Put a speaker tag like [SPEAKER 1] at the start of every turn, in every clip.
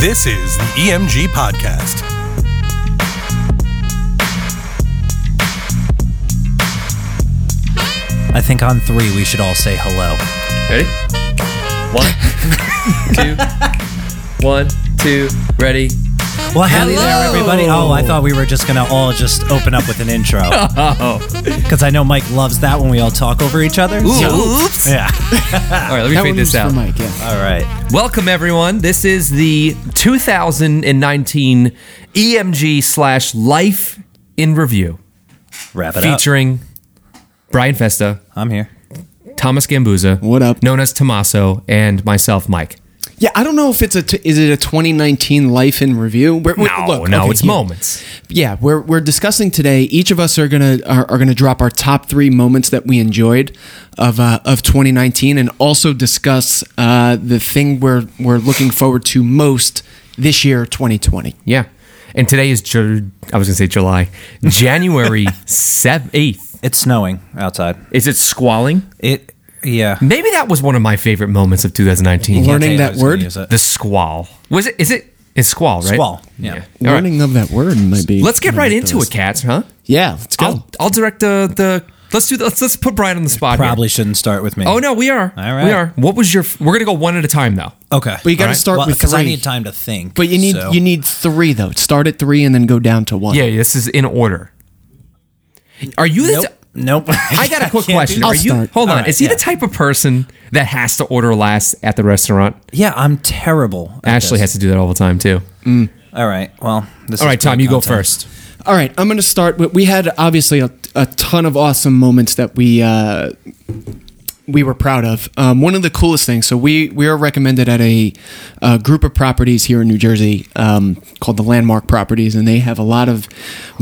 [SPEAKER 1] This is the EMG Podcast.
[SPEAKER 2] I think on three we should all say hello.
[SPEAKER 3] Ready? One, two, one, two. Ready?
[SPEAKER 2] Well, howdy there,
[SPEAKER 3] Hello.
[SPEAKER 2] everybody. Oh, I thought we were just gonna all just open up with an intro
[SPEAKER 3] Oh.
[SPEAKER 2] because I know Mike loves that when we all talk over each other.
[SPEAKER 3] Oops.
[SPEAKER 2] Yeah.
[SPEAKER 3] All right, let me fade this out. Uh,
[SPEAKER 2] All right.
[SPEAKER 3] Welcome, everyone. This is the 2019 EMG E slash Life in Review,
[SPEAKER 2] Wrap it up.
[SPEAKER 3] featuring Brian Festa,
[SPEAKER 2] I'm here.
[SPEAKER 3] Thomas Gambuza,
[SPEAKER 4] What up?
[SPEAKER 3] known as Tommaso, and myself, Mike.
[SPEAKER 4] Yeah, I don't know if it's a t- is it a 2019 life in review? We're, we-
[SPEAKER 3] No,
[SPEAKER 4] look,
[SPEAKER 3] no,
[SPEAKER 4] okay,
[SPEAKER 3] it's
[SPEAKER 4] here-
[SPEAKER 3] moments.
[SPEAKER 4] Yeah, we're we're discussing today. Each of us are gonna are, are gonna drop our top three moments that we enjoyed of uh, of 2019, and also discuss uh, the thing we're we're looking forward to most this year, 2020.
[SPEAKER 3] Yeah. And today is, Ju- I was going to say July, January 7th, 8th.
[SPEAKER 2] It's snowing outside.
[SPEAKER 3] Is it squalling?
[SPEAKER 2] It. Yeah.
[SPEAKER 3] Maybe that was one of my favorite moments of 2019.
[SPEAKER 2] I
[SPEAKER 4] Learning
[SPEAKER 2] was
[SPEAKER 4] that
[SPEAKER 2] gonna
[SPEAKER 4] word,
[SPEAKER 2] use it.
[SPEAKER 3] The squall. Was it? Is it? It's squall, right?
[SPEAKER 2] Squall, yeah.
[SPEAKER 3] All right.
[SPEAKER 4] learning of that word might be.
[SPEAKER 3] Let's get
[SPEAKER 4] might
[SPEAKER 3] right
[SPEAKER 4] be
[SPEAKER 3] into
[SPEAKER 4] those.
[SPEAKER 3] it, cats. Huh?
[SPEAKER 4] Yeah, let's go.
[SPEAKER 3] I'll I'll direct the the. Let's do. the- Let's let's put Brian on the spot. here.
[SPEAKER 2] Probably shouldn't start with me.
[SPEAKER 3] Oh no, we are.
[SPEAKER 2] All right.
[SPEAKER 3] We are. What was your? f- We're gonna go one at a time though.
[SPEAKER 2] Okay.
[SPEAKER 4] but you got to
[SPEAKER 3] Alright.
[SPEAKER 4] start with
[SPEAKER 2] because
[SPEAKER 4] three.
[SPEAKER 2] I need time to think.
[SPEAKER 4] but you need
[SPEAKER 2] so-
[SPEAKER 4] you need three though. Start at three and then go down to one.
[SPEAKER 3] Yeah, this is in order. Are you? The
[SPEAKER 2] Nope.
[SPEAKER 3] t-
[SPEAKER 2] Nope.
[SPEAKER 3] I got a quick
[SPEAKER 2] can't
[SPEAKER 3] question.
[SPEAKER 2] do
[SPEAKER 3] Are
[SPEAKER 2] that.
[SPEAKER 3] you?
[SPEAKER 4] start.
[SPEAKER 3] Hold on.
[SPEAKER 2] All right,
[SPEAKER 3] is he
[SPEAKER 2] yeah.
[SPEAKER 3] the type of person that has to order last at the restaurant?
[SPEAKER 2] Yeah, I'm terrible. at
[SPEAKER 3] Ashley
[SPEAKER 2] this.
[SPEAKER 3] has to do that all the time too.
[SPEAKER 2] All right. Well. This
[SPEAKER 3] All
[SPEAKER 2] is
[SPEAKER 3] right, Tom,
[SPEAKER 2] great
[SPEAKER 3] you go
[SPEAKER 2] content.
[SPEAKER 3] first.
[SPEAKER 4] All right, I'm going to start with. We had obviously a, a ton of awesome moments that we uh, we were proud of. Um, one of the coolest things. So we we are recommended at a, a group of properties here in New Jersey um, called the Landmark Properties, and they have a lot of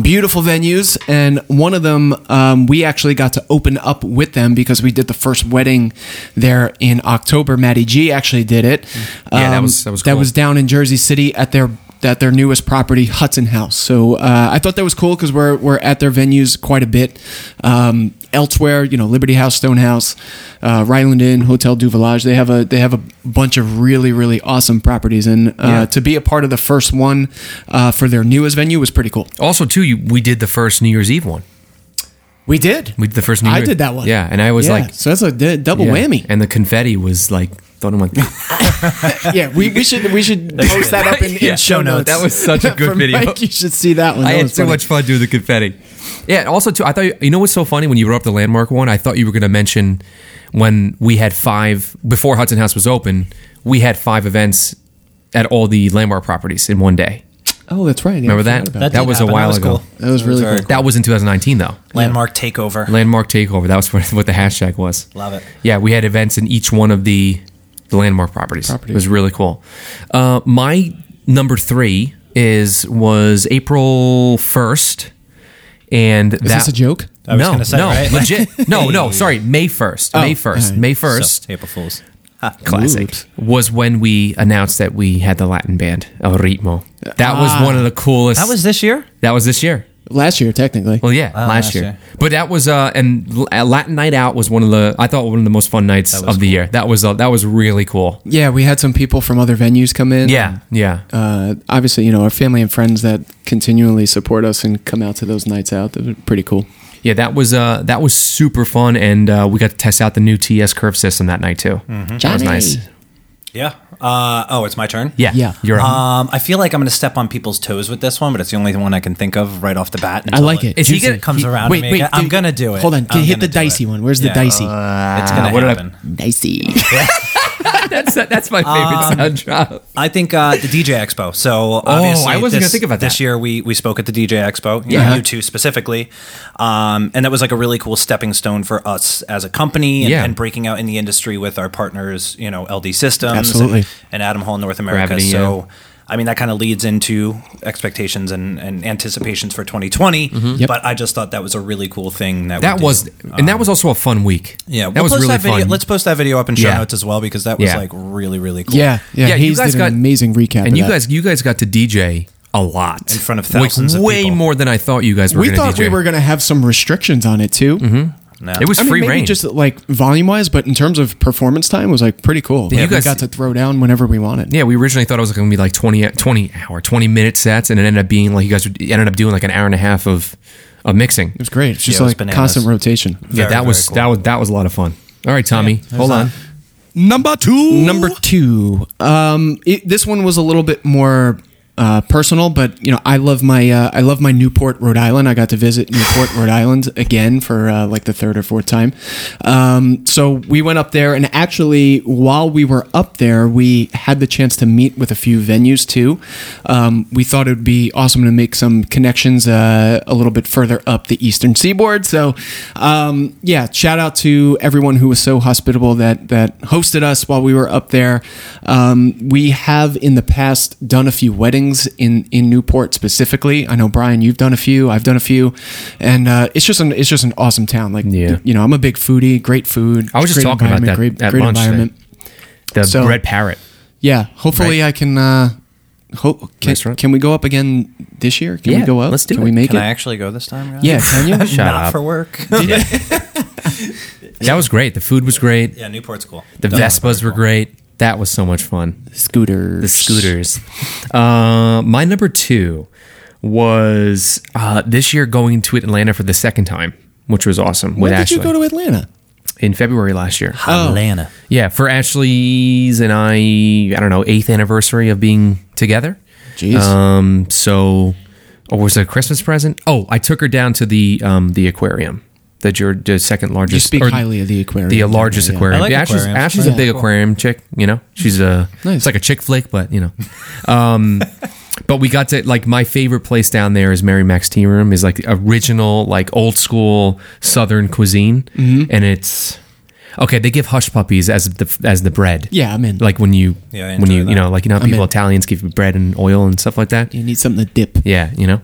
[SPEAKER 4] beautiful venues. And one of them, um, we actually got to open up with them because we did the first wedding there in October. Maddie G actually did it. Um,
[SPEAKER 3] Yeah, that was- that was
[SPEAKER 4] that
[SPEAKER 3] cool.
[SPEAKER 4] was down in Jersey City at their at their newest property, Hudson House. So uh, I thought that was cool because we're we're at their venues quite a bit. Um, elsewhere, you know, Liberty House, Stone House, uh, Ryland Inn, Hotel du Village. They have a they have a bunch of really really awesome properties, and uh, to be a part of the first one uh, for their newest venue was pretty cool.
[SPEAKER 3] Also, too, you, we did the first New Year's Eve one.
[SPEAKER 4] We did.
[SPEAKER 3] We did the first New
[SPEAKER 4] I
[SPEAKER 3] Year-
[SPEAKER 4] did that one.
[SPEAKER 3] Yeah, and I was
[SPEAKER 4] Yeah,
[SPEAKER 3] like-
[SPEAKER 4] so that's a d- double
[SPEAKER 3] Yeah.
[SPEAKER 4] whammy.
[SPEAKER 3] And the confetti was like throwing like
[SPEAKER 4] yeah, we, we should we should post that up in, in
[SPEAKER 3] Yeah,
[SPEAKER 4] show
[SPEAKER 3] no,
[SPEAKER 4] notes.
[SPEAKER 3] that was such a good
[SPEAKER 4] For
[SPEAKER 3] video.
[SPEAKER 4] Mike, you should see that one.
[SPEAKER 3] I
[SPEAKER 4] That
[SPEAKER 3] had
[SPEAKER 4] was
[SPEAKER 3] so
[SPEAKER 4] funny.
[SPEAKER 3] much fun doing the confetti. Yeah, and also too, I thought you, you know what's so funny when you wrote up the landmark one, I thought you were going to mention when we had five before Hudson House was open, we had five events at all the landmark properties in one day.
[SPEAKER 4] Oh, that's right. Yeah,
[SPEAKER 3] Remember
[SPEAKER 4] I
[SPEAKER 3] that?
[SPEAKER 4] forgot about
[SPEAKER 3] That,
[SPEAKER 2] did
[SPEAKER 3] was a
[SPEAKER 2] happen.
[SPEAKER 3] while ago.
[SPEAKER 2] cool.
[SPEAKER 4] That was really
[SPEAKER 2] very
[SPEAKER 4] cool.
[SPEAKER 3] That was in 2019 though.
[SPEAKER 2] Landmark takeover.
[SPEAKER 3] Landmark takeover. That was what, what the hashtag was.
[SPEAKER 2] Love it.
[SPEAKER 3] Yeah, we had events in each one of the, the landmark properties. It was really cool. Uh, my number three is was April first, and
[SPEAKER 4] Is this a joke?
[SPEAKER 2] I was
[SPEAKER 3] no,
[SPEAKER 2] gonna say,
[SPEAKER 3] no,
[SPEAKER 2] right?
[SPEAKER 3] legit. No, no, sorry. May first. May first.
[SPEAKER 4] alright.
[SPEAKER 3] May
[SPEAKER 2] So,
[SPEAKER 3] first. Ah,
[SPEAKER 2] April Fools.
[SPEAKER 3] classic
[SPEAKER 4] Oops.
[SPEAKER 3] was when we announced that we had the Latin band El Ritmo. That
[SPEAKER 4] Ah.
[SPEAKER 3] was one of the coolest.
[SPEAKER 2] That was this year.
[SPEAKER 3] that was this year.
[SPEAKER 4] Last year, technically.
[SPEAKER 3] Well, yeah, last,
[SPEAKER 2] last
[SPEAKER 3] year.
[SPEAKER 2] year.
[SPEAKER 3] But that was uh, and L- uh, Latin Night Out was one of the I thought one of the most fun nights of the year. That was uh, that was really cool.
[SPEAKER 4] yeah, we had some people from other venues come in.
[SPEAKER 3] Yeah, yeah,
[SPEAKER 4] Uh, obviously, you know, our family and friends that continually support us and come out to those nights out. That was pretty cool.
[SPEAKER 3] yeah. That was uh, that was super fun, and uh, we got to test out the new TS curve system that night too.
[SPEAKER 2] Mm-hmm.
[SPEAKER 3] That was
[SPEAKER 4] Johnny.
[SPEAKER 3] nice.
[SPEAKER 2] Yeah. Uh, oh, it's my turn.
[SPEAKER 3] Yeah,
[SPEAKER 4] Yeah.
[SPEAKER 3] You're up.
[SPEAKER 2] Um, I feel like I'm going to step on people's toes with this one, but it's the only one I can think of right off the bat.
[SPEAKER 4] I
[SPEAKER 2] until
[SPEAKER 4] like it.
[SPEAKER 3] Is he
[SPEAKER 2] usually
[SPEAKER 3] gonna-
[SPEAKER 2] comes
[SPEAKER 3] he-
[SPEAKER 2] around?
[SPEAKER 3] wait,
[SPEAKER 2] to me
[SPEAKER 3] wait,
[SPEAKER 2] again. I'm
[SPEAKER 3] dude,
[SPEAKER 2] going to do it.
[SPEAKER 4] Hold on.
[SPEAKER 2] I'm
[SPEAKER 4] hit
[SPEAKER 2] gonna
[SPEAKER 4] the
[SPEAKER 2] do it.
[SPEAKER 4] dicey one. Where's the
[SPEAKER 2] Yeah. Uh,
[SPEAKER 4] dicey?
[SPEAKER 2] It's going
[SPEAKER 3] Ah. what
[SPEAKER 2] to
[SPEAKER 3] did I-
[SPEAKER 2] happen.
[SPEAKER 4] dicey.
[SPEAKER 3] that's that, that's
[SPEAKER 2] um,
[SPEAKER 3] my favorite sound drop.
[SPEAKER 2] I think uh, the DJ Expo. So obviously,
[SPEAKER 3] Oh, I wasn't
[SPEAKER 2] this-
[SPEAKER 3] gonna think about
[SPEAKER 2] This
[SPEAKER 3] that.
[SPEAKER 2] year, we we spoke at the DJ Expo. you
[SPEAKER 3] Yeah.
[SPEAKER 2] know, you two specifically, um, and that was like a really cool stepping stone for us as a company and,
[SPEAKER 3] Yeah.
[SPEAKER 2] and breaking out in the industry with our partners, you know, LD Systems,
[SPEAKER 4] Absolutely.
[SPEAKER 2] and, and Adam Hall North America.
[SPEAKER 3] Gravity,
[SPEAKER 2] so. I mean that kind of leads into expectations and, and anticipations for 2020,
[SPEAKER 4] Yep.
[SPEAKER 2] but I just thought that was a really cool thing that we
[SPEAKER 3] Mm-hmm. That
[SPEAKER 2] did.
[SPEAKER 3] was and that was also a fun week.
[SPEAKER 2] yeah
[SPEAKER 3] that
[SPEAKER 2] we'll
[SPEAKER 3] was
[SPEAKER 2] post
[SPEAKER 3] really
[SPEAKER 2] video.
[SPEAKER 3] fun.
[SPEAKER 2] Let's post that video up in show
[SPEAKER 3] Yeah.
[SPEAKER 2] notes as well because that was
[SPEAKER 3] Yeah.
[SPEAKER 2] like really really cool.
[SPEAKER 4] yeah, yeah.
[SPEAKER 3] Yeah, you
[SPEAKER 4] Hayes
[SPEAKER 3] guys
[SPEAKER 4] did
[SPEAKER 3] got-
[SPEAKER 4] an amazing recap.
[SPEAKER 3] and
[SPEAKER 4] of
[SPEAKER 3] you
[SPEAKER 4] that.
[SPEAKER 3] guys you guys got to DJ a lot
[SPEAKER 2] In front of
[SPEAKER 3] Like,
[SPEAKER 2] thousands of
[SPEAKER 3] way
[SPEAKER 2] people.
[SPEAKER 3] more than I thought you guys were.
[SPEAKER 4] we
[SPEAKER 3] gonna
[SPEAKER 4] thought
[SPEAKER 3] DJ.
[SPEAKER 4] we were going to have some restrictions on it too. Mm-hmm.
[SPEAKER 2] No.
[SPEAKER 3] It was
[SPEAKER 4] I mean,
[SPEAKER 3] free
[SPEAKER 4] maybe
[SPEAKER 3] reign.
[SPEAKER 4] just like volume wise, but in terms of performance time, it was like pretty
[SPEAKER 3] Yeah,
[SPEAKER 4] cool. Like,
[SPEAKER 3] you
[SPEAKER 4] we
[SPEAKER 3] guys-
[SPEAKER 4] got to throw down whenever we wanted.
[SPEAKER 3] yeah, we originally thought it was going to be like 20, 20 hour, 20 minute sets, and it ended up being like you guys ended up doing like an hour and a half of, of mixing.
[SPEAKER 4] It was great. It's just
[SPEAKER 2] Yeah, it was
[SPEAKER 4] like
[SPEAKER 2] bananas.
[SPEAKER 4] constant rotation.
[SPEAKER 3] yeah,
[SPEAKER 2] Very,
[SPEAKER 3] that was
[SPEAKER 2] very cool.
[SPEAKER 3] that was that was a lot of fun. All right, Tommy, hold on.
[SPEAKER 1] Number two.
[SPEAKER 4] Number two, um, it, this one was a little bit more uh, personal, but you know, I love my uh, I love my Newport, Rhode Island. I got to visit Newport, Rhode Island again for uh, like the third or fourth time. Um, so we went up there, and actually, while we were up there, we had the chance to meet with a few venues too. Um, we thought it would be awesome to make some connections uh, a little bit further up the eastern seaboard. So, um, yeah, shout out to everyone who was so hospitable that that hosted us while we were up there. Um, we have in the past done a few weddings in in Newport specifically. I know Brian, you've done a few. I've done a few, and uh, it's just an it's just an awesome town. Like,
[SPEAKER 3] Yeah.
[SPEAKER 4] you know, I'm a big foodie. Great food.
[SPEAKER 3] I was just
[SPEAKER 4] great
[SPEAKER 3] talking about
[SPEAKER 4] environment,
[SPEAKER 3] that at lunch today. The
[SPEAKER 4] So-
[SPEAKER 3] bread parrot.
[SPEAKER 4] Yeah, hopefully I can. Uh, ho- can,
[SPEAKER 3] Restaurant?
[SPEAKER 4] can we go up again this year? Can
[SPEAKER 3] Yeah,
[SPEAKER 4] we go up?
[SPEAKER 3] let's do
[SPEAKER 4] can
[SPEAKER 3] it.
[SPEAKER 4] we make
[SPEAKER 2] Can
[SPEAKER 4] it?
[SPEAKER 2] I actually go this time? Guys?
[SPEAKER 4] yeah, can you?
[SPEAKER 3] Shut
[SPEAKER 2] Not
[SPEAKER 3] up.
[SPEAKER 2] for work.
[SPEAKER 3] Yeah. that was great. The food was great.
[SPEAKER 2] yeah, Newport's cool.
[SPEAKER 3] The Vespas were great. That was so much fun.
[SPEAKER 4] Scooter.
[SPEAKER 3] The scooters. Uh, my number two was uh, this year going to Atlanta for the second time, which was awesome with
[SPEAKER 4] When did
[SPEAKER 3] Ashley
[SPEAKER 4] you go to Atlanta?
[SPEAKER 3] in February last year.
[SPEAKER 2] Atlanta.
[SPEAKER 3] Yeah, for Ashley's and I, I don't know, eighth anniversary of being together.
[SPEAKER 4] Jeez.
[SPEAKER 3] Um, so, or was it a Christmas present? Oh, I took her down to the um, the aquarium, the, Jer- the second largest.
[SPEAKER 4] You speak
[SPEAKER 3] or
[SPEAKER 4] highly of the aquarium.
[SPEAKER 3] The
[SPEAKER 4] Yeah,
[SPEAKER 3] largest
[SPEAKER 4] yeah.
[SPEAKER 3] aquarium.
[SPEAKER 2] I like
[SPEAKER 3] yeah, Ashley's,
[SPEAKER 2] aquariums.
[SPEAKER 3] Ashley's a
[SPEAKER 2] Yeah.
[SPEAKER 3] big aquarium chick. You know, she's a
[SPEAKER 4] Nice.
[SPEAKER 3] it's like a chick flick, but you know. Um, but we got to like my favorite place down there is Mary Mac's Tea Room. Is like the original, like old school Southern cuisine,
[SPEAKER 4] Mm-hmm.
[SPEAKER 3] and it's okay. They give hush puppies as the as the bread.
[SPEAKER 4] Yeah, I'm in.
[SPEAKER 3] Like when you
[SPEAKER 2] Yeah, I
[SPEAKER 3] when
[SPEAKER 2] enjoy
[SPEAKER 3] you you
[SPEAKER 2] that.
[SPEAKER 3] know like you know how people
[SPEAKER 4] in.
[SPEAKER 3] Italians give you bread and oil and stuff like that.
[SPEAKER 4] You need something to dip.
[SPEAKER 3] Yeah, you know,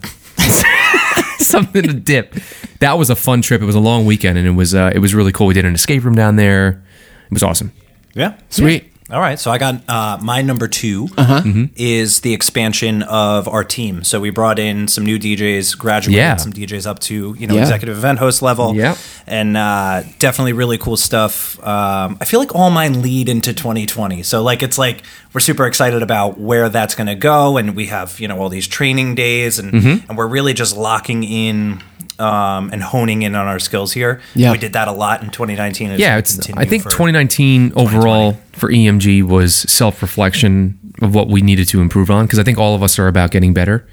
[SPEAKER 3] something to dip. That was a fun trip. It was a long weekend, and it was uh, it was really cool. We did an escape room down there. It was awesome.
[SPEAKER 2] Yeah.
[SPEAKER 4] Sweet.
[SPEAKER 2] All right, so I got uh, my number 2
[SPEAKER 4] Uh-huh.
[SPEAKER 3] Mm-hmm.
[SPEAKER 2] is the expansion of our team. So we brought in some new DJs, graduated
[SPEAKER 3] Yeah.
[SPEAKER 2] some DJs up to you know
[SPEAKER 4] Yeah.
[SPEAKER 2] executive event host level,
[SPEAKER 3] Yep.
[SPEAKER 2] and uh, definitely really cool stuff. Um, I feel like all mine lead into 2020, so like it's like we're super excited about where that's going to go, and we have you know all these training days, and
[SPEAKER 3] Mm-hmm.
[SPEAKER 2] and we're really just locking in. Um, and honing in on our skills here.
[SPEAKER 4] Yeah.
[SPEAKER 2] We did that a lot in 2019. and
[SPEAKER 3] Yeah,
[SPEAKER 2] it's
[SPEAKER 3] it's. I
[SPEAKER 2] continued
[SPEAKER 3] think
[SPEAKER 2] for-
[SPEAKER 3] 2019 overall for EMG was self reflection of what we needed to improve on because I think all of us are about getting better.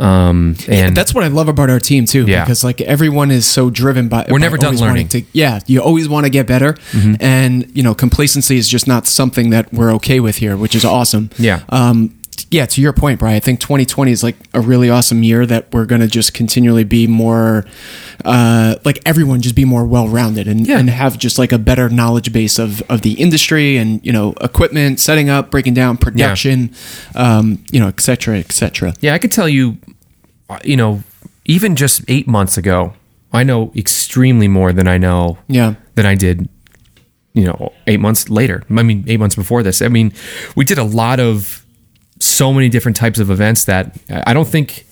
[SPEAKER 3] Um, and
[SPEAKER 4] And that's what I love about our team too,
[SPEAKER 3] Yeah.
[SPEAKER 4] because like everyone is so driven by. We're
[SPEAKER 3] never done learning. Mm-hmm.
[SPEAKER 4] To, yeah, you always want to get better, and you know complacency is just not something that we're okay with here, which is awesome.
[SPEAKER 3] Yeah.
[SPEAKER 4] Um, yeah, to your point, Brian, I think 2020 is like a really awesome year that we're going to just continually be more, uh, like everyone just be more well rounded and,
[SPEAKER 3] Yeah.
[SPEAKER 4] and have just like a better knowledge base of, of the industry and, you know, equipment, setting up, breaking down, production, um, you know, et cetera, et cetera.
[SPEAKER 3] Yeah, I could tell you, uh, you know, even just eight months ago, I know extremely more than I know.
[SPEAKER 4] Yeah.
[SPEAKER 3] Than I did, you know, eight months later. I mean, eight months before this. I mean, we did a lot of so many different types of events that I I don't think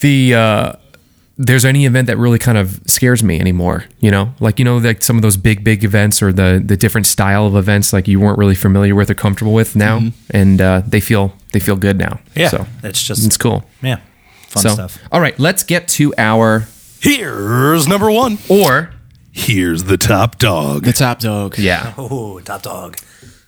[SPEAKER 3] the uh, there's any event that really kind of scares me anymore. You know, like you know, like some of those big big events or the the different style of events like you weren't really familiar with or comfortable with now, and uh, they feel they feel good now.
[SPEAKER 2] Mm-hmm. Yeah,
[SPEAKER 3] so
[SPEAKER 2] it's just
[SPEAKER 3] it's cool.
[SPEAKER 2] Yeah, fun
[SPEAKER 3] so,
[SPEAKER 2] stuff.
[SPEAKER 3] all right, let's get to our
[SPEAKER 1] Here's number one.
[SPEAKER 3] or
[SPEAKER 1] Here's the top dog.
[SPEAKER 4] The top dog.
[SPEAKER 3] yeah.
[SPEAKER 2] Oh, top dog.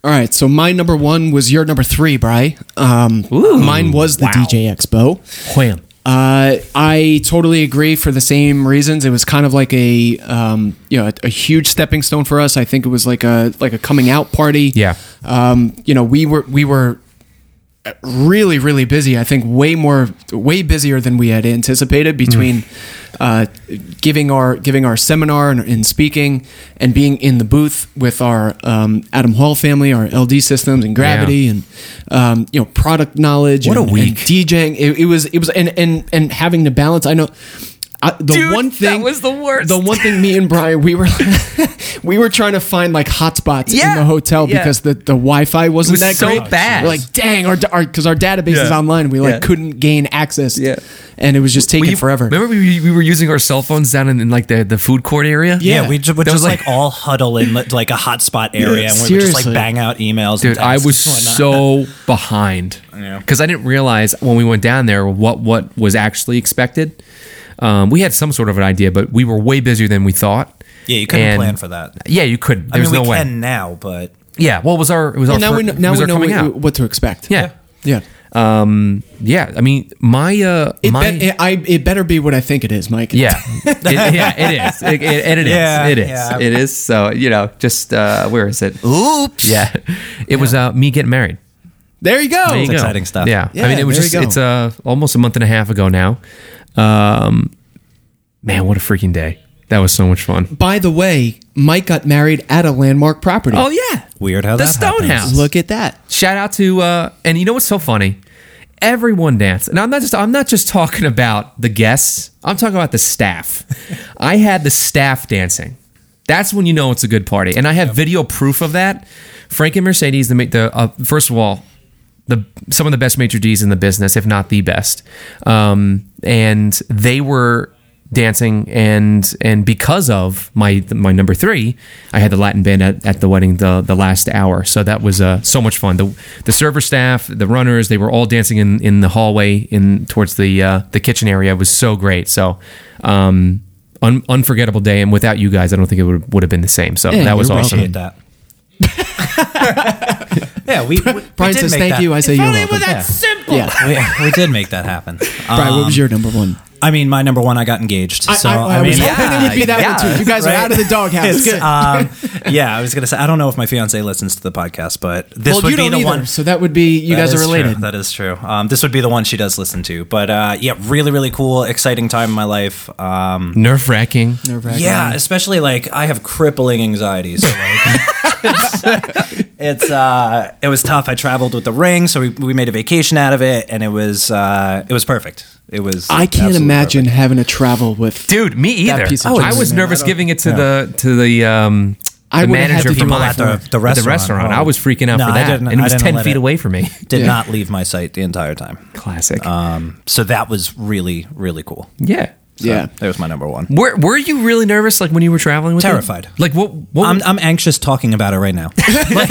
[SPEAKER 4] All right, so my number one was your number three, Bry. Um, mine was the DJ Expo.
[SPEAKER 3] Wham.
[SPEAKER 4] Uh, I totally agree for the same reasons. It was kind of like a um, you know a, a huge stepping stone for us. I think it was like a like a coming out party.
[SPEAKER 3] Yeah.
[SPEAKER 4] Um, you know, we were we were really really busy. I think way more way busier than we had anticipated between
[SPEAKER 3] Mm-hmm.
[SPEAKER 4] uh, giving our giving our seminar and, and speaking and being in the booth with our um, Adam Hall family, our LD systems and gravity
[SPEAKER 3] Yeah.
[SPEAKER 4] and um, you know product knowledge.
[SPEAKER 3] What a
[SPEAKER 4] and, and
[SPEAKER 3] week.
[SPEAKER 4] DJing. It, it was it was and and and having to balance. I know. I, the
[SPEAKER 3] Dude,
[SPEAKER 4] one
[SPEAKER 3] that
[SPEAKER 4] thing
[SPEAKER 3] was the worst.
[SPEAKER 4] The one thing me and Brian we were we were trying to find like hotspots
[SPEAKER 3] Yeah,
[SPEAKER 4] in the hotel
[SPEAKER 3] yeah.
[SPEAKER 4] because the, the Wi-Fi wasn't
[SPEAKER 3] was
[SPEAKER 4] that
[SPEAKER 3] so
[SPEAKER 4] great.
[SPEAKER 3] bad.
[SPEAKER 4] We're like, dang, our because our, database is
[SPEAKER 3] Yeah.
[SPEAKER 4] online. We like
[SPEAKER 3] Yeah.
[SPEAKER 4] couldn't gain access.
[SPEAKER 3] Yeah.
[SPEAKER 4] and it was just taking
[SPEAKER 3] We-
[SPEAKER 4] forever.
[SPEAKER 3] Remember, we, we were using our cell phones down in, in like the, the food court area.
[SPEAKER 2] Yeah,
[SPEAKER 4] Yeah.
[SPEAKER 2] we ju- would
[SPEAKER 3] That was
[SPEAKER 2] just like,
[SPEAKER 3] like-
[SPEAKER 2] all huddle in like like a hotspot area, and we would just
[SPEAKER 4] seriously.
[SPEAKER 2] like bang out emails.
[SPEAKER 3] Dude,
[SPEAKER 2] and
[SPEAKER 3] I
[SPEAKER 2] texts
[SPEAKER 3] was
[SPEAKER 2] and whatnot.
[SPEAKER 3] so behind
[SPEAKER 2] Yeah.
[SPEAKER 3] because I didn't realize when we went down there what what was actually expected. Um, we had some sort of an idea, but we were way busier than we thought.
[SPEAKER 2] Yeah, you couldn't
[SPEAKER 3] And-
[SPEAKER 2] plan for that.
[SPEAKER 3] Yeah, you couldn't.
[SPEAKER 2] I
[SPEAKER 3] There's
[SPEAKER 2] mean, we
[SPEAKER 3] no way.
[SPEAKER 2] can now, but
[SPEAKER 3] Yeah, well, it was our it was
[SPEAKER 4] Well,
[SPEAKER 3] our
[SPEAKER 4] now
[SPEAKER 3] fir-
[SPEAKER 4] we know,
[SPEAKER 3] it
[SPEAKER 4] now
[SPEAKER 3] was
[SPEAKER 4] we
[SPEAKER 3] our
[SPEAKER 4] know
[SPEAKER 3] coming
[SPEAKER 4] what,
[SPEAKER 3] out.
[SPEAKER 4] what to expect.
[SPEAKER 3] yeah.
[SPEAKER 4] yeah.
[SPEAKER 3] Um, yeah, I mean, my uh,
[SPEAKER 4] It,
[SPEAKER 3] my
[SPEAKER 4] bet- it- I, it better be what I think it is, Mike.
[SPEAKER 3] yeah, It- yeah, it is, it, it, and it is.
[SPEAKER 2] Yeah,
[SPEAKER 3] it is,
[SPEAKER 2] yeah.
[SPEAKER 3] it is. So you know, just uh, where is it? Oops. Yeah, it was uh, me getting married.
[SPEAKER 4] There you go.
[SPEAKER 3] There you go.
[SPEAKER 2] Oh, exciting stuff.
[SPEAKER 3] Yeah.
[SPEAKER 4] Yeah,
[SPEAKER 3] I mean, it was
[SPEAKER 4] there you
[SPEAKER 3] just,
[SPEAKER 4] go.
[SPEAKER 3] it's uh, almost a month and a half ago now. Um, man, what a freaking day. That was so much fun.
[SPEAKER 4] By the way, Mike got married at a landmark property.
[SPEAKER 3] Oh, yeah.
[SPEAKER 2] weird how
[SPEAKER 3] The
[SPEAKER 2] that happens.
[SPEAKER 3] Stonehouse.
[SPEAKER 4] Look at that.
[SPEAKER 3] Shout out to, uh, and you know what's so funny? Everyone danced. And I'm not just, I'm not just talking about the guests. I'm talking about the staff. I had the staff dancing. That's when you know it's a good party. And I have video proof of that. Frank and Mercedes, the, ma- the uh, first of all, the some of the best major D's in the business, if not the best. Um, and they were dancing, and and because of my my number three, I had the Latin band at, at the wedding the the last hour, so that was uh, so much fun. The the server staff, the runners, they were all dancing in, in the hallway in towards the uh, the kitchen area. It was so great. So. Um, Un- unforgettable day, and without you guys, I don't think it would would have been the same. So
[SPEAKER 4] Yeah,
[SPEAKER 3] that was
[SPEAKER 4] you're
[SPEAKER 3] awesome.
[SPEAKER 2] Appreciate that. yeah, we. we we
[SPEAKER 4] Brian
[SPEAKER 2] did
[SPEAKER 4] says
[SPEAKER 2] make
[SPEAKER 4] thank
[SPEAKER 2] that.
[SPEAKER 4] you. I say you're welcome.
[SPEAKER 2] that simple.
[SPEAKER 4] Yeah.
[SPEAKER 2] we, we did make that happen.
[SPEAKER 4] Brian, what
[SPEAKER 2] Um,
[SPEAKER 4] was your number one?
[SPEAKER 2] I mean, my number one, I got engaged. So I, mean,
[SPEAKER 4] was hoping it would be that
[SPEAKER 3] yeah,
[SPEAKER 4] one too. You guys are
[SPEAKER 2] right?
[SPEAKER 4] out of the doghouse.
[SPEAKER 2] It's- um, yeah, I was gonna say I don't know if my fiance listens to the podcast, but this
[SPEAKER 4] well,
[SPEAKER 2] would
[SPEAKER 4] you
[SPEAKER 2] be
[SPEAKER 4] don't
[SPEAKER 2] the
[SPEAKER 4] either,
[SPEAKER 2] one.
[SPEAKER 4] so that would be you
[SPEAKER 2] That
[SPEAKER 4] guys are
[SPEAKER 2] is true.
[SPEAKER 4] related.
[SPEAKER 2] That is true. Um, this would be the one she does listen to. But uh, yeah, really, really cool, exciting time in my life. Um,
[SPEAKER 3] Nerve wracking.
[SPEAKER 4] Nerve-wracking.
[SPEAKER 2] yeah, especially like I have crippling anxiety. So like, it's, it's uh, it was tough. I traveled with the ring, so we, we made a vacation out of it, and it was uh, it was perfect. It was.
[SPEAKER 4] I can't
[SPEAKER 2] absolutely
[SPEAKER 4] imagine having to travel with.
[SPEAKER 3] dude me either
[SPEAKER 4] piece of
[SPEAKER 3] oh, i
[SPEAKER 4] jewelry,
[SPEAKER 3] was
[SPEAKER 4] man.
[SPEAKER 3] nervous
[SPEAKER 4] I don't-
[SPEAKER 3] giving it to the to the um
[SPEAKER 4] I
[SPEAKER 3] the
[SPEAKER 4] would've had
[SPEAKER 3] manager
[SPEAKER 4] to
[SPEAKER 3] for
[SPEAKER 4] do
[SPEAKER 3] my
[SPEAKER 4] it
[SPEAKER 2] at the- the
[SPEAKER 3] at
[SPEAKER 2] restaurant.
[SPEAKER 3] restaurant.
[SPEAKER 2] Oh.
[SPEAKER 3] I was freaking out
[SPEAKER 2] No,
[SPEAKER 3] for
[SPEAKER 2] I
[SPEAKER 3] that,
[SPEAKER 2] didn't-
[SPEAKER 3] and it
[SPEAKER 2] I
[SPEAKER 3] was
[SPEAKER 2] didn't
[SPEAKER 3] ten
[SPEAKER 2] let
[SPEAKER 3] feet
[SPEAKER 2] it.
[SPEAKER 3] away from me.
[SPEAKER 2] perfect. Did
[SPEAKER 4] Yeah.
[SPEAKER 2] not leave my sight the entire time.
[SPEAKER 3] Classic.
[SPEAKER 2] Um, so that was really really cool.
[SPEAKER 3] yeah.
[SPEAKER 2] So
[SPEAKER 4] Yeah.
[SPEAKER 2] that was my number one.
[SPEAKER 3] Were Were you really nervous, like when you were traveling with it?
[SPEAKER 2] Terrified.
[SPEAKER 3] Like what? What?
[SPEAKER 2] I'm, I'm anxious talking about it right now. like,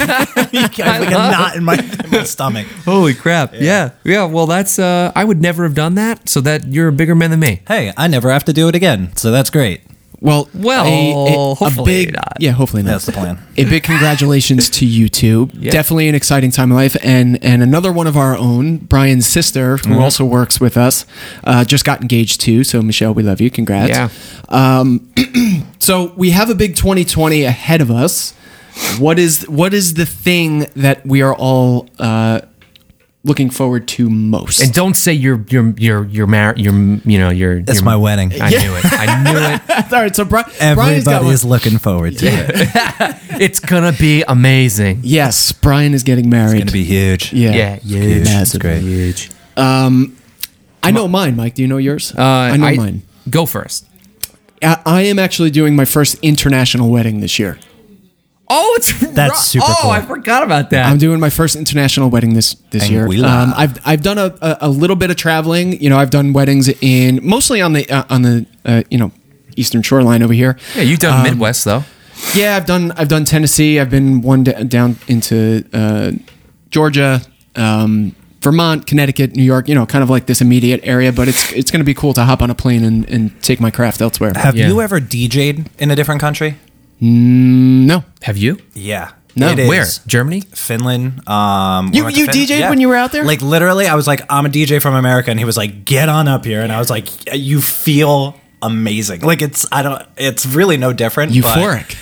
[SPEAKER 2] like a knot in my, in my stomach.
[SPEAKER 3] holy crap! Yeah. yeah. Well, that's. uh I would never have done that. So that you're a bigger man than me.
[SPEAKER 2] Hey, I never have to do it again, so that's great.
[SPEAKER 4] Well,
[SPEAKER 3] Well, hopefully
[SPEAKER 4] big,
[SPEAKER 3] not.
[SPEAKER 4] Yeah, hopefully not.
[SPEAKER 2] That's the plan.
[SPEAKER 4] A big congratulations to you two. Definitely an exciting time in life, and and another one of our own, Brian's sister,
[SPEAKER 2] Mm-hmm.
[SPEAKER 4] who also works with us, uh, just got engaged too. So Michelle, we love you. Congrats.
[SPEAKER 3] Yeah.
[SPEAKER 4] So we have a big 2020 ahead of us. What is what is the thing that we are all uh, looking forward to most?
[SPEAKER 3] And don't say you're you're you're you're mar- you're you know you're.
[SPEAKER 2] It's
[SPEAKER 3] you're-
[SPEAKER 2] my wedding.
[SPEAKER 3] I knew it. I knew it.
[SPEAKER 4] all right, so Bri- Brian's got
[SPEAKER 2] Everybody
[SPEAKER 4] one.
[SPEAKER 2] is looking forward to it.
[SPEAKER 3] It's gonna be amazing.
[SPEAKER 4] Yes, Brian is getting married.
[SPEAKER 2] It's going to be huge.
[SPEAKER 4] yeah.
[SPEAKER 3] Yeah.
[SPEAKER 2] Huge.
[SPEAKER 3] Huge.
[SPEAKER 2] That's
[SPEAKER 4] Massive.
[SPEAKER 2] great.
[SPEAKER 3] Huge.
[SPEAKER 4] I know mine, Mike. Do you know yours? Uh, I know mine.
[SPEAKER 3] Go first.
[SPEAKER 4] I, I am actually doing my first international wedding this year.
[SPEAKER 3] Oh, it's
[SPEAKER 2] That's super
[SPEAKER 3] Oh,
[SPEAKER 2] cool.
[SPEAKER 3] I forgot about that.
[SPEAKER 4] I'm doing my first international wedding this this year.
[SPEAKER 2] Anguilla.
[SPEAKER 4] Um, I've I've done a, a, a little bit of traveling. You know, I've done weddings in mostly on the uh, on the uh, you know eastern shoreline over here.
[SPEAKER 3] yeah, you've done Midwest though.
[SPEAKER 4] Yeah, I've done I've done Tennessee. I've been one d- down into uh, Georgia, um, Vermont, Connecticut, New York. You know, kind of like this immediate area. But it's it's going to be cool to hop on a plane and, and take my craft elsewhere.
[SPEAKER 2] Have
[SPEAKER 3] Yeah.
[SPEAKER 2] you ever DJ'd in a different country?
[SPEAKER 4] no,
[SPEAKER 3] Have you? Uh,
[SPEAKER 2] Yeah.
[SPEAKER 4] No.
[SPEAKER 2] It is.
[SPEAKER 3] Where? Germany?
[SPEAKER 2] Finland. Um, we
[SPEAKER 4] You-
[SPEAKER 2] went to
[SPEAKER 4] you DJ'd when you were out there?
[SPEAKER 2] Like literally, I was like, I'm a DJ from America, and he was like, Get on up here, and I was like, You feel amazing. Like it's I don't. It's really no different. but-
[SPEAKER 4] euphoric.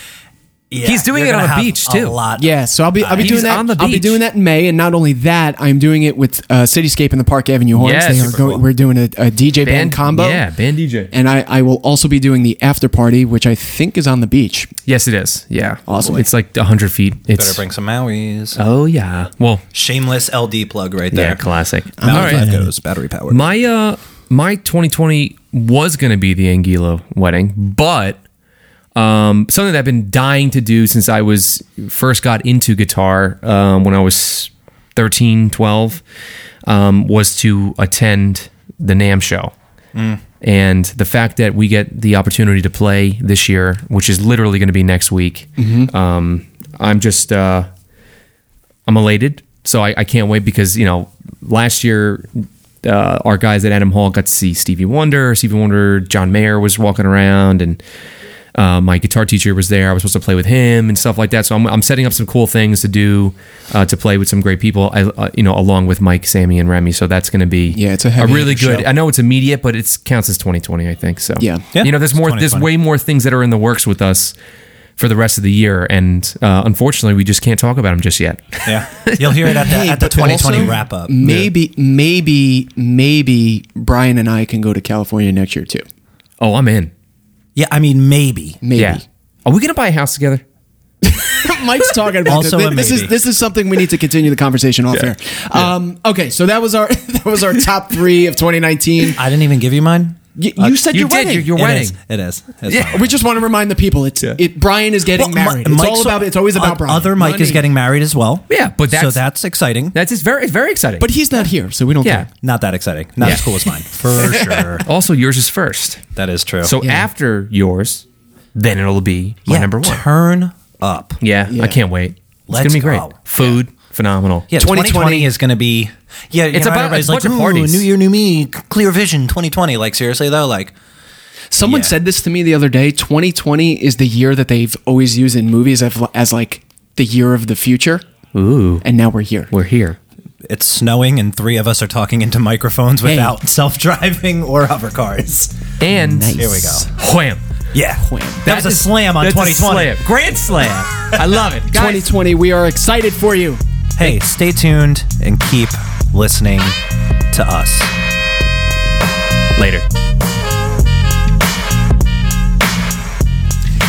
[SPEAKER 2] Yeah,
[SPEAKER 3] He's doing
[SPEAKER 2] you're
[SPEAKER 3] it on
[SPEAKER 2] gonna
[SPEAKER 3] a
[SPEAKER 2] have
[SPEAKER 3] beach,
[SPEAKER 2] A
[SPEAKER 3] too.
[SPEAKER 2] lot.
[SPEAKER 4] Yeah, so I'll be I'll be
[SPEAKER 3] He's
[SPEAKER 4] doing that.
[SPEAKER 3] on the
[SPEAKER 4] I'll be
[SPEAKER 3] beach.
[SPEAKER 4] doing that in May, and not only that, I'm doing it with uh, Cityscape and the Park Avenue Horns.
[SPEAKER 3] Yes,
[SPEAKER 4] they are
[SPEAKER 3] super
[SPEAKER 4] going,
[SPEAKER 3] cool.
[SPEAKER 4] We're doing a, a DJ band, combo.
[SPEAKER 3] Yeah, band DJ.
[SPEAKER 4] And I, I will also be doing the after party, which I think is on the beach.
[SPEAKER 3] yes, it is. Yeah,
[SPEAKER 4] Awesome.
[SPEAKER 3] It's like hundred feet.
[SPEAKER 2] Better
[SPEAKER 3] It's
[SPEAKER 2] bring some Maui's.
[SPEAKER 3] oh yeah. Well,
[SPEAKER 2] Shameless LD plug right
[SPEAKER 3] yeah,
[SPEAKER 2] there.
[SPEAKER 3] classic.
[SPEAKER 2] Maui's Lab goes battery powered.
[SPEAKER 3] My uh my 2020 was going to be the Anguilla wedding, but um, something that I've been dying to do since I was first got into guitar um, when I was 13, 12, um, was to attend the NAM show. And the fact that we get the opportunity to play this year, which is literally going to be next week,
[SPEAKER 4] Mm-hmm.
[SPEAKER 3] um, I'm just. Uh, I'm elated. So I, I can't wait because, you know, last year, uh, our guys at Adam Hall got to see Stevie Wonder. Stevie Wonder, John Mayer was walking around, and uh, my guitar teacher was there. I was supposed to play with him and stuff like that. So I'm, I'm setting up some cool things to do uh, to play with some great people, I, uh, you know, along with Mike, Sammy, and Remy. So that's going to be
[SPEAKER 4] Yeah, it's a heavy
[SPEAKER 3] really
[SPEAKER 4] hitter
[SPEAKER 3] good.
[SPEAKER 4] show.
[SPEAKER 3] I know it's immediate, but it counts as 2020, I think. So
[SPEAKER 4] Yeah.
[SPEAKER 2] Yeah.
[SPEAKER 3] you know, there's
[SPEAKER 2] It's
[SPEAKER 3] more. There's
[SPEAKER 2] 2020.
[SPEAKER 3] way more things that are in the works with us. For the rest of the year, and uh, unfortunately, we just can't talk about them just yet.
[SPEAKER 2] Yeah, you'll hear it at the,
[SPEAKER 4] Hey,
[SPEAKER 2] at the
[SPEAKER 4] but
[SPEAKER 2] 2020
[SPEAKER 4] also,
[SPEAKER 2] wrap up.
[SPEAKER 4] Maybe, maybe, maybe Brian and I can go to California next year too.
[SPEAKER 3] Oh, I'm in.
[SPEAKER 2] Yeah, I mean maybe.
[SPEAKER 4] Maybe.
[SPEAKER 3] Yeah. Are we gonna buy a house together?
[SPEAKER 4] Mike's talking about
[SPEAKER 2] Also
[SPEAKER 4] this.
[SPEAKER 2] a
[SPEAKER 4] This is
[SPEAKER 2] maybe.
[SPEAKER 4] this is something we need to continue the conversation off air. Um, okay, so that was our that was our top three of 2019.
[SPEAKER 2] I didn't even give you mine.
[SPEAKER 4] You, you said
[SPEAKER 3] you
[SPEAKER 4] your
[SPEAKER 3] did,
[SPEAKER 4] wedding.
[SPEAKER 3] your- your
[SPEAKER 2] It
[SPEAKER 3] wedding.
[SPEAKER 2] is. It is. It's fine.
[SPEAKER 4] We just want to remind the people. It's it. Brian is getting
[SPEAKER 2] Well, Mi-
[SPEAKER 4] married. It's
[SPEAKER 2] Mike's-
[SPEAKER 4] all about. It's always about
[SPEAKER 2] o-
[SPEAKER 4] Brian.
[SPEAKER 2] Other Mike is
[SPEAKER 4] Money.
[SPEAKER 2] getting married as well.
[SPEAKER 3] Yeah, but
[SPEAKER 2] so
[SPEAKER 3] that's-
[SPEAKER 2] that's exciting.
[SPEAKER 3] That's it's very it's very exciting.
[SPEAKER 4] but he's not here, so we don't.
[SPEAKER 3] yeah.
[SPEAKER 4] care.
[SPEAKER 2] Not that exciting. Not as cool as mine, for sure.
[SPEAKER 3] Also, yours is first.
[SPEAKER 2] That is true.
[SPEAKER 3] So after yours, then it'll be my
[SPEAKER 2] Oh, yeah,
[SPEAKER 3] number one.
[SPEAKER 2] Turn up.
[SPEAKER 3] yeah,
[SPEAKER 4] Yeah.
[SPEAKER 3] I can't wait.
[SPEAKER 2] Let's
[SPEAKER 3] it's gonna be great.
[SPEAKER 2] go.
[SPEAKER 3] Food, phenomenal.
[SPEAKER 2] Yeah, 2020, is going to be. Yeah, you
[SPEAKER 3] It's
[SPEAKER 2] know,
[SPEAKER 3] about-
[SPEAKER 2] everybody's
[SPEAKER 3] it's a
[SPEAKER 2] like,
[SPEAKER 3] bunch of
[SPEAKER 2] "Ooh,
[SPEAKER 3] parties."
[SPEAKER 2] new year, new me, clear vision, 2020. Like seriously though, like
[SPEAKER 4] Someone
[SPEAKER 2] Yeah.
[SPEAKER 4] said this to me the other day. 2020 is the year that they've always used in movies as, as like the year of the future,
[SPEAKER 3] Ooh,
[SPEAKER 4] and now we're here.
[SPEAKER 3] we're here.
[SPEAKER 2] it's snowing and three of us are talking into microphones without self-driving or hover cars.
[SPEAKER 3] And
[SPEAKER 2] Here we go.
[SPEAKER 3] Wham!
[SPEAKER 2] Yeah, that, was a
[SPEAKER 3] is-
[SPEAKER 2] slam on
[SPEAKER 3] that's a
[SPEAKER 2] 2020.
[SPEAKER 3] slam.
[SPEAKER 2] Grand slam.
[SPEAKER 3] I love it. Guys,
[SPEAKER 4] 2020, we are excited for you.
[SPEAKER 2] hey, stay tuned and keep listening to us.
[SPEAKER 3] later.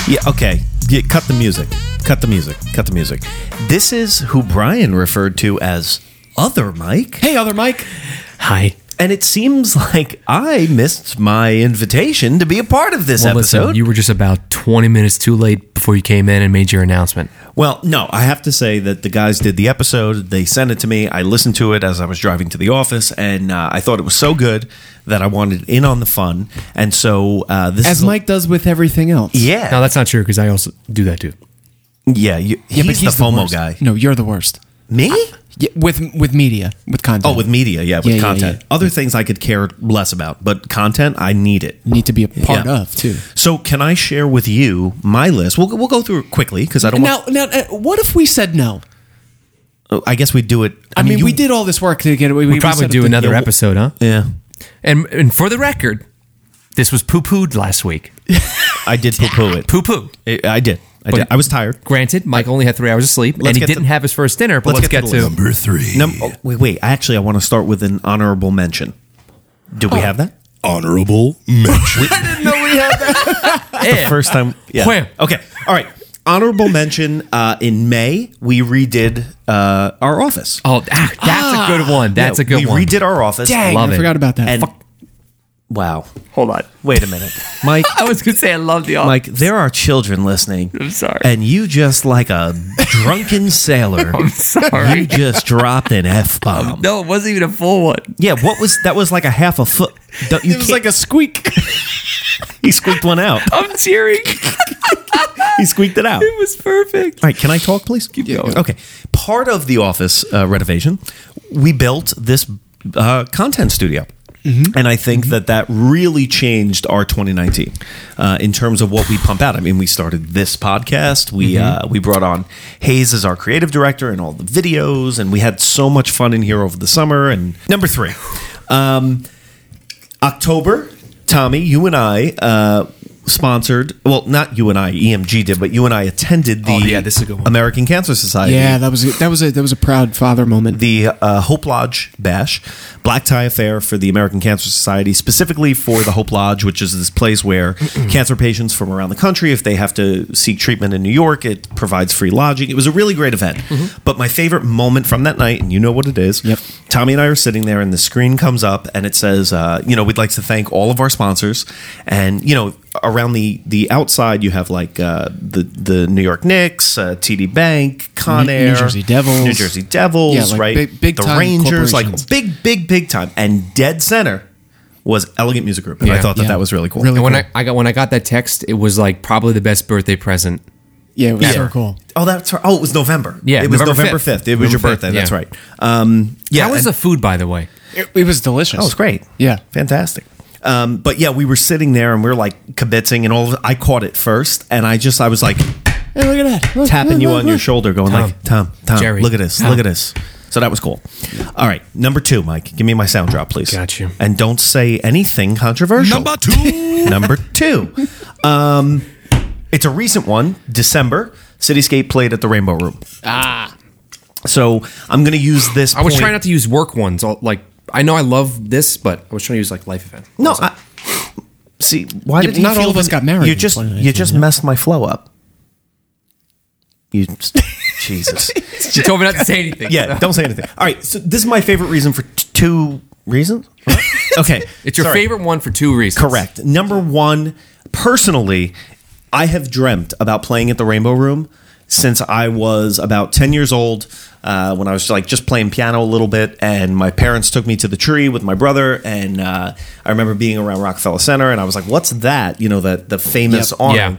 [SPEAKER 5] Yeah, okay. Yeah, cut the music. Cut the music. Cut the music. This is who Brian referred to as other Mike.
[SPEAKER 4] Hey, other Mike.
[SPEAKER 3] Hi.
[SPEAKER 5] And it seems like I missed my invitation to be a part of this
[SPEAKER 3] Well,
[SPEAKER 5] episode.
[SPEAKER 3] listen, you were just about 20 minutes too late before you came in and made your announcement.
[SPEAKER 5] well, no, I have to say that the guys did the episode. They sent it to me. I listened to it as I was driving to the office, and uh, I thought it was so good that I wanted in on the fun. And so uh, this
[SPEAKER 4] As
[SPEAKER 5] is
[SPEAKER 4] Mike does with everything else.
[SPEAKER 5] Yeah,
[SPEAKER 3] No, that's not true because I also do that too.
[SPEAKER 5] yeah, you, he's,
[SPEAKER 4] but
[SPEAKER 5] the FOMO
[SPEAKER 4] worst.
[SPEAKER 5] guy.
[SPEAKER 4] No, you're the worst.
[SPEAKER 5] Me?
[SPEAKER 4] Yeah, with with media, with content.
[SPEAKER 5] Oh, with media, yeah, with
[SPEAKER 4] Yeah, yeah,
[SPEAKER 5] content.
[SPEAKER 4] yeah.
[SPEAKER 5] Other things I could care less about, but content, I need it.
[SPEAKER 4] need to be a part
[SPEAKER 5] Yeah.
[SPEAKER 4] of too.
[SPEAKER 5] So, can I share with you my list? We'll, we'll go through it quickly because I don't
[SPEAKER 4] Now, now, uh, what if we said no?
[SPEAKER 5] want. I guess we do it.
[SPEAKER 4] I, mean,
[SPEAKER 5] you-
[SPEAKER 4] we did all this work to get. We,
[SPEAKER 3] We probably do another
[SPEAKER 5] yeah, wh-
[SPEAKER 3] episode, huh?
[SPEAKER 5] Yeah,
[SPEAKER 3] And and for the record, this was poo pooed last week.
[SPEAKER 5] I did poo poo it.
[SPEAKER 3] Poo poo.
[SPEAKER 5] I- I did. I did. I was tired.
[SPEAKER 3] Granted, Mike only had three hours of sleep,
[SPEAKER 5] Let's
[SPEAKER 3] and he
[SPEAKER 5] get to-
[SPEAKER 3] didn't have his first dinner. But
[SPEAKER 5] let's
[SPEAKER 3] let's,
[SPEAKER 5] get
[SPEAKER 3] get, to,
[SPEAKER 5] to the list.
[SPEAKER 1] Number three.
[SPEAKER 5] Num- oh, wait, wait. Actually, I want to start with an honorable mention. Do
[SPEAKER 4] Oh.
[SPEAKER 5] we have that?
[SPEAKER 1] Honorable mention.
[SPEAKER 3] Eh,
[SPEAKER 5] First time. Yeah.
[SPEAKER 3] Wham.
[SPEAKER 5] Okay. All right. Honorable mention. Uh, in May, we redid uh, our office.
[SPEAKER 3] Oh, ah, that's a good one. That's
[SPEAKER 5] Yeah,
[SPEAKER 3] a good
[SPEAKER 5] we
[SPEAKER 3] one.
[SPEAKER 5] redid our office.
[SPEAKER 4] Dang,
[SPEAKER 3] Love
[SPEAKER 4] I
[SPEAKER 3] it.
[SPEAKER 4] forgot about that.
[SPEAKER 5] And
[SPEAKER 4] Fuck.
[SPEAKER 5] wow.
[SPEAKER 3] Hold on.
[SPEAKER 5] Wait a minute, Mike.
[SPEAKER 3] I was gonna say I love the
[SPEAKER 5] Mike, there are children listening. I'm
[SPEAKER 3] sorry.
[SPEAKER 5] And you just like a drunken sailor. I'm
[SPEAKER 3] sorry.
[SPEAKER 5] You just dropped an f bomb.
[SPEAKER 3] No, it wasn't even a full one.
[SPEAKER 5] Yeah, what was that? Was like a half a foot. Don't- You
[SPEAKER 4] It was
[SPEAKER 5] can't-
[SPEAKER 4] like a squeak.
[SPEAKER 5] he squeaked one out.
[SPEAKER 3] I'm tearing.
[SPEAKER 5] He squeaked it out. All
[SPEAKER 3] was perfect.
[SPEAKER 5] right, can I talk, please? Okay. Part of the office uh, renovation, we built this uh, content studio.
[SPEAKER 3] Mm-hmm.
[SPEAKER 5] And I think that that really changed our 2019 uh, in terms of what we pump out. I mean, we started this podcast. We
[SPEAKER 3] Mm-hmm.
[SPEAKER 5] uh, we brought on Hayes as our creative director and all the videos, and we had so much fun in here over the summer. And number three, um, October, Tommy, you and I uh, sponsored. Well, not you and I, EMG did, but you and I attended the
[SPEAKER 3] Oh, yeah, this is a good one.
[SPEAKER 5] American Cancer Society
[SPEAKER 4] yeah, that was a- that was a that was a proud father moment.
[SPEAKER 5] the uh, Hope Lodge Bash, Black Tie Affair for the American Cancer Society, specifically for the Hope Lodge, which is this place where cancer patients from around the country, if they have to seek treatment in New York, it provides free lodging. It was a really great event. But my favorite moment from that night, and you know what it is,
[SPEAKER 4] Mm-hmm. Yep.
[SPEAKER 5] Tommy and I are sitting there, and the screen comes up, and it says, uh, "You know, we'd like to thank all of our sponsors." And you know, around the the outside, you have like uh, the the New York Knicks, uh, TD Bank, Con
[SPEAKER 4] New-
[SPEAKER 5] Air,
[SPEAKER 4] New Jersey Devils.
[SPEAKER 5] New Jersey Devils,
[SPEAKER 4] Yeah, like
[SPEAKER 5] right?
[SPEAKER 4] big- big
[SPEAKER 5] the
[SPEAKER 4] time
[SPEAKER 5] Rangers,
[SPEAKER 4] corporations.
[SPEAKER 5] like big, big, big time, and dead center was Elegant Music Group, and I
[SPEAKER 3] Yeah.
[SPEAKER 5] thought that
[SPEAKER 4] Yeah.
[SPEAKER 5] that was really cool.
[SPEAKER 4] Really
[SPEAKER 3] And when
[SPEAKER 4] cool.
[SPEAKER 3] I, I got when I got that text, it was like probably the best birthday present.
[SPEAKER 4] Yeah, it was so
[SPEAKER 5] Yeah.
[SPEAKER 4] cool.
[SPEAKER 5] Oh, that's right. Oh, it was November.
[SPEAKER 3] Yeah,
[SPEAKER 5] it was
[SPEAKER 3] November
[SPEAKER 5] November
[SPEAKER 3] 5th.
[SPEAKER 5] fifth. It was your
[SPEAKER 3] November 5th,
[SPEAKER 5] birthday. That's
[SPEAKER 3] yeah.
[SPEAKER 5] right. Um, yeah,
[SPEAKER 3] How was
[SPEAKER 5] and-
[SPEAKER 3] the food, by the way?
[SPEAKER 4] It, it was delicious.
[SPEAKER 5] That was great.
[SPEAKER 4] Yeah.
[SPEAKER 5] fantastic. Um, but yeah, we were sitting there and we are like kibitzing, and all. Of, I caught it first, and I just I was like
[SPEAKER 4] Hey, look at that. Look,
[SPEAKER 5] tapping
[SPEAKER 4] look,
[SPEAKER 5] you
[SPEAKER 4] look,
[SPEAKER 5] on your
[SPEAKER 4] look.
[SPEAKER 5] shoulder, going like, "Tom, Tom,
[SPEAKER 3] Jerry,
[SPEAKER 5] look at this,
[SPEAKER 3] Tom."
[SPEAKER 5] look at this." So that was cool. All right, number two, Mike, give me my sound drop, please.
[SPEAKER 3] Got you.
[SPEAKER 5] And don't say anything controversial.
[SPEAKER 1] Number two.
[SPEAKER 5] number two. Um, it's a recent one. December, Cityscape played at the Rainbow Room. Ah. So I'm going to use this.
[SPEAKER 3] I was
[SPEAKER 5] point-
[SPEAKER 3] trying not to use work ones. All, like I know I love this, but I was trying to use like life event.
[SPEAKER 5] No, I, see, why
[SPEAKER 4] Yeah,
[SPEAKER 5] did
[SPEAKER 4] but not all of us got married
[SPEAKER 5] You
[SPEAKER 4] in
[SPEAKER 5] just you
[SPEAKER 4] 2019,
[SPEAKER 5] just messed my flow up. You just- Jesus.
[SPEAKER 3] She told me not to say anything.
[SPEAKER 5] Yeah, don't say anything. All right, so this is my favorite reason for t- two reasons. okay,
[SPEAKER 3] it's your
[SPEAKER 5] sorry.
[SPEAKER 3] favorite one for two reasons.
[SPEAKER 5] Correct. Number one, personally, I have dreamt about playing at the Rainbow Room since I was about 10 years old. Uh, when I was like just playing piano a little bit, and my parents took me to the tree with my brother, and uh, I remember being around Rockefeller Center, and I was like, "What's that?" You know, that the famous
[SPEAKER 4] Yep.
[SPEAKER 5] awning.
[SPEAKER 3] Yeah.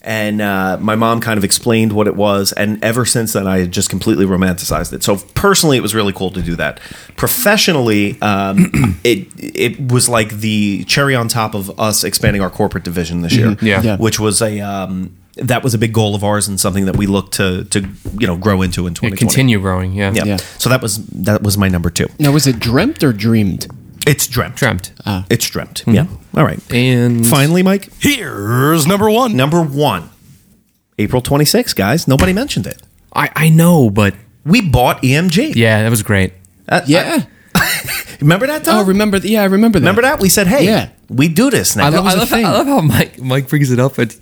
[SPEAKER 5] And uh, my mom kind of explained what it was, and ever since then, I had just completely romanticized it. So personally, it was really cool to do that. Professionally, um, it it was like the cherry on top of us expanding our corporate division this year,
[SPEAKER 3] Yeah. Mm-hmm. Yeah.
[SPEAKER 5] which was a um, that was a big goal of ours and something that we look to to you know grow into in
[SPEAKER 3] Yeah,
[SPEAKER 5] twenty twenty.
[SPEAKER 3] continue growing. Yeah.
[SPEAKER 5] Yeah.
[SPEAKER 4] Yeah.
[SPEAKER 5] So that was that was my number two.
[SPEAKER 4] Now, was it dreamt or dreamed?
[SPEAKER 5] It's dreamt.
[SPEAKER 3] Dreamt.
[SPEAKER 4] Ah.
[SPEAKER 3] Mm-hmm.
[SPEAKER 5] It's dreamt. Yeah. All right.
[SPEAKER 3] And
[SPEAKER 5] Finally, Mike.
[SPEAKER 1] Here's number one.
[SPEAKER 5] Number one, April twenty sixth, guys. Nobody mentioned it.
[SPEAKER 3] I I know, but
[SPEAKER 5] We bought EMG.
[SPEAKER 3] yeah, that was great.
[SPEAKER 5] Uh,
[SPEAKER 4] Yeah.
[SPEAKER 5] Remember that, Tom?
[SPEAKER 4] oh, remember? th- yeah, I remember that.
[SPEAKER 5] Remember that? We said, hey,
[SPEAKER 4] Yeah.
[SPEAKER 5] we do this now.
[SPEAKER 3] I, lo-
[SPEAKER 4] was
[SPEAKER 3] I
[SPEAKER 4] a
[SPEAKER 3] love, how-
[SPEAKER 4] thing.
[SPEAKER 3] I love how Mike Mike brings it up, but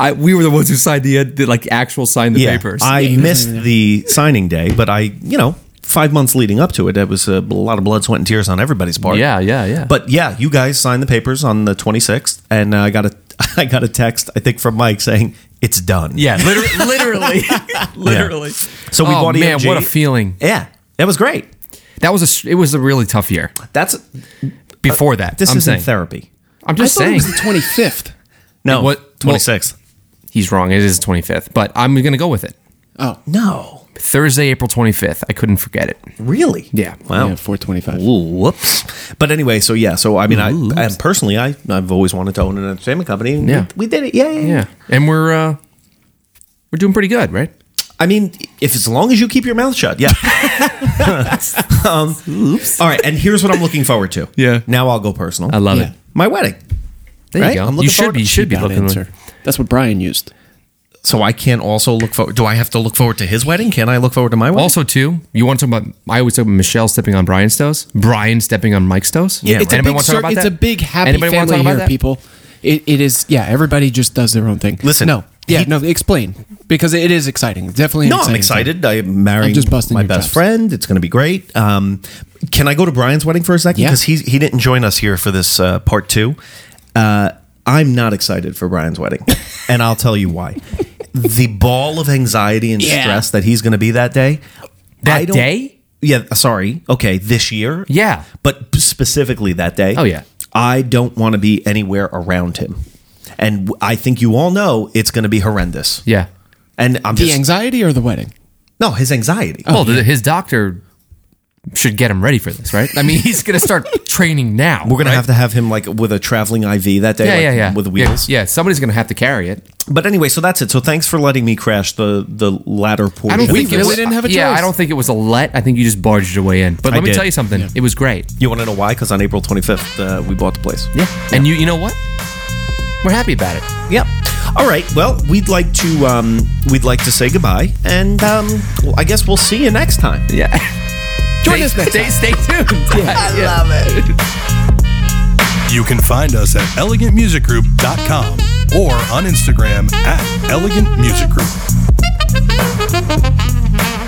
[SPEAKER 3] I we were the ones who signed the, the like actual signed the
[SPEAKER 5] yeah,
[SPEAKER 3] papers.
[SPEAKER 5] I
[SPEAKER 4] Yeah, he was
[SPEAKER 5] missed
[SPEAKER 4] in there.
[SPEAKER 5] the signing day, but I, you know, five months leading up to it, it was a lot of blood, sweat, and tears on everybody's part.
[SPEAKER 3] Yeah, yeah, yeah.
[SPEAKER 5] But yeah, you guys signed the papers on the 26th, and uh, I got a, I got a text, I think, from Mike saying it's done.
[SPEAKER 3] yeah, literally, literally, literally.
[SPEAKER 5] So we
[SPEAKER 3] oh,
[SPEAKER 5] bought
[SPEAKER 3] man,
[SPEAKER 5] EMG.
[SPEAKER 3] what a feeling!
[SPEAKER 5] Yeah, that was great.
[SPEAKER 3] That was a s- it was a really tough year.
[SPEAKER 5] That's
[SPEAKER 3] Before that,
[SPEAKER 5] this
[SPEAKER 3] I'm
[SPEAKER 5] isn't
[SPEAKER 3] saying,
[SPEAKER 5] therapy.
[SPEAKER 3] I'm
[SPEAKER 4] I
[SPEAKER 3] just
[SPEAKER 4] thought
[SPEAKER 3] saying
[SPEAKER 4] it was the 25th.
[SPEAKER 5] No,
[SPEAKER 3] What-
[SPEAKER 5] 26th?
[SPEAKER 3] he's wrong. It is the 25th, but I'm gonna go with it.
[SPEAKER 5] No,
[SPEAKER 3] Thursday, April 25th. I couldn't forget it.
[SPEAKER 5] really?
[SPEAKER 3] Yeah.
[SPEAKER 5] Wow.
[SPEAKER 4] Yeah, 425.
[SPEAKER 5] Ooh, whoops. But anyway, so yeah, so I mean, I and personally, I I've always wanted to own an entertainment company. And
[SPEAKER 3] Yeah.
[SPEAKER 5] we, we did it. Yeah, yeah, yeah.
[SPEAKER 3] Yeah, and we're uh we're doing pretty good, right?
[SPEAKER 5] I mean, if as long as you keep your mouth shut, yeah. um, Oops. All right, and here's what I'm looking forward to.
[SPEAKER 3] Yeah.
[SPEAKER 5] Now I'll go personal.
[SPEAKER 3] I love
[SPEAKER 4] Yeah.
[SPEAKER 3] it.
[SPEAKER 5] my wedding.
[SPEAKER 3] There
[SPEAKER 5] Right?
[SPEAKER 3] you go.
[SPEAKER 5] I'm looking
[SPEAKER 3] you should
[SPEAKER 5] forward
[SPEAKER 3] be.
[SPEAKER 5] to
[SPEAKER 3] You should be
[SPEAKER 4] Bad
[SPEAKER 3] looking.
[SPEAKER 4] answer. That's what Brian used.
[SPEAKER 5] So I can't also look forward. Do I have to look forward to his wedding? Can I look forward to my wedding?
[SPEAKER 3] Also, too, you want to talk about? I always talk about Michelle stepping on Brian's toes, Brian stepping on Mike's toes.
[SPEAKER 5] Yeah,
[SPEAKER 4] it's a
[SPEAKER 5] right.
[SPEAKER 3] Anybody
[SPEAKER 4] big,
[SPEAKER 3] want to
[SPEAKER 4] cir-
[SPEAKER 3] talk about
[SPEAKER 4] it's
[SPEAKER 3] that?
[SPEAKER 4] a big happy
[SPEAKER 3] Anybody wanna
[SPEAKER 4] family
[SPEAKER 3] talk about
[SPEAKER 4] here,
[SPEAKER 3] that?
[SPEAKER 4] people. It, it is, yeah. Everybody just does their own thing.
[SPEAKER 5] Listen,
[SPEAKER 4] no, yeah,
[SPEAKER 5] he-
[SPEAKER 4] no. Explain because it is exciting. Definitely, an
[SPEAKER 5] no, I'm
[SPEAKER 4] exciting
[SPEAKER 5] excited.
[SPEAKER 4] time.
[SPEAKER 5] I'm marrying
[SPEAKER 4] I'm just busting
[SPEAKER 5] my
[SPEAKER 4] your
[SPEAKER 5] best
[SPEAKER 4] chops.
[SPEAKER 5] friend. It's going to be great. Um, can I go to Brian's wedding for a second?
[SPEAKER 4] Yeah.
[SPEAKER 5] Because he he didn't join us here for this uh, part two. Uh, I'm not excited for Brian's wedding, and I'll tell you why. the ball of anxiety and
[SPEAKER 4] Yeah.
[SPEAKER 5] stress that he's going to be that day.
[SPEAKER 3] That
[SPEAKER 5] I don't-
[SPEAKER 3] day?
[SPEAKER 5] Yeah. Sorry. Okay. This year.
[SPEAKER 3] Yeah.
[SPEAKER 5] But specifically that day.
[SPEAKER 3] Oh, yeah.
[SPEAKER 5] I don't want to be anywhere around him, and w- I think you all know it's going to be horrendous.
[SPEAKER 3] Yeah.
[SPEAKER 5] And I'm
[SPEAKER 4] The Oh,
[SPEAKER 5] just
[SPEAKER 4] anxiety or the wedding?
[SPEAKER 5] no his anxiety.
[SPEAKER 3] Well, th his doctor should get him ready for this, right? I mean, he's going to start training now.
[SPEAKER 5] We're gonna have to have him like with a traveling IV that day,
[SPEAKER 3] Yeah,
[SPEAKER 5] like,
[SPEAKER 3] yeah, yeah.
[SPEAKER 5] with
[SPEAKER 3] Yeah,
[SPEAKER 5] wheels.
[SPEAKER 3] Yeah, somebody's going to have to carry it.
[SPEAKER 5] But anyway, so that's it. So thanks for letting me crash the the latter portion.
[SPEAKER 4] think We
[SPEAKER 3] it
[SPEAKER 4] really
[SPEAKER 3] was-
[SPEAKER 4] didn't have a
[SPEAKER 3] Yeah,
[SPEAKER 4] choice.
[SPEAKER 3] I don't think it was a let. I think you just barged your way in. But let
[SPEAKER 5] I
[SPEAKER 3] me
[SPEAKER 5] did.
[SPEAKER 3] tell you something. It was great.
[SPEAKER 5] you want to know why? Because on April 25th, uh, we bought the place.
[SPEAKER 3] Yeah. And you, you know what? We're happy about it.
[SPEAKER 5] Yep. All right. Well, we'd like to um, we'd like to say goodbye, and um, well, I guess we'll see you next time.
[SPEAKER 3] Yeah.
[SPEAKER 4] Join
[SPEAKER 3] Stay,
[SPEAKER 4] us next
[SPEAKER 3] stay,
[SPEAKER 4] time.
[SPEAKER 3] stay tuned. I love it.
[SPEAKER 1] You can find us at elegantmusicgroup.com or on Instagram at elegantmusicgroup.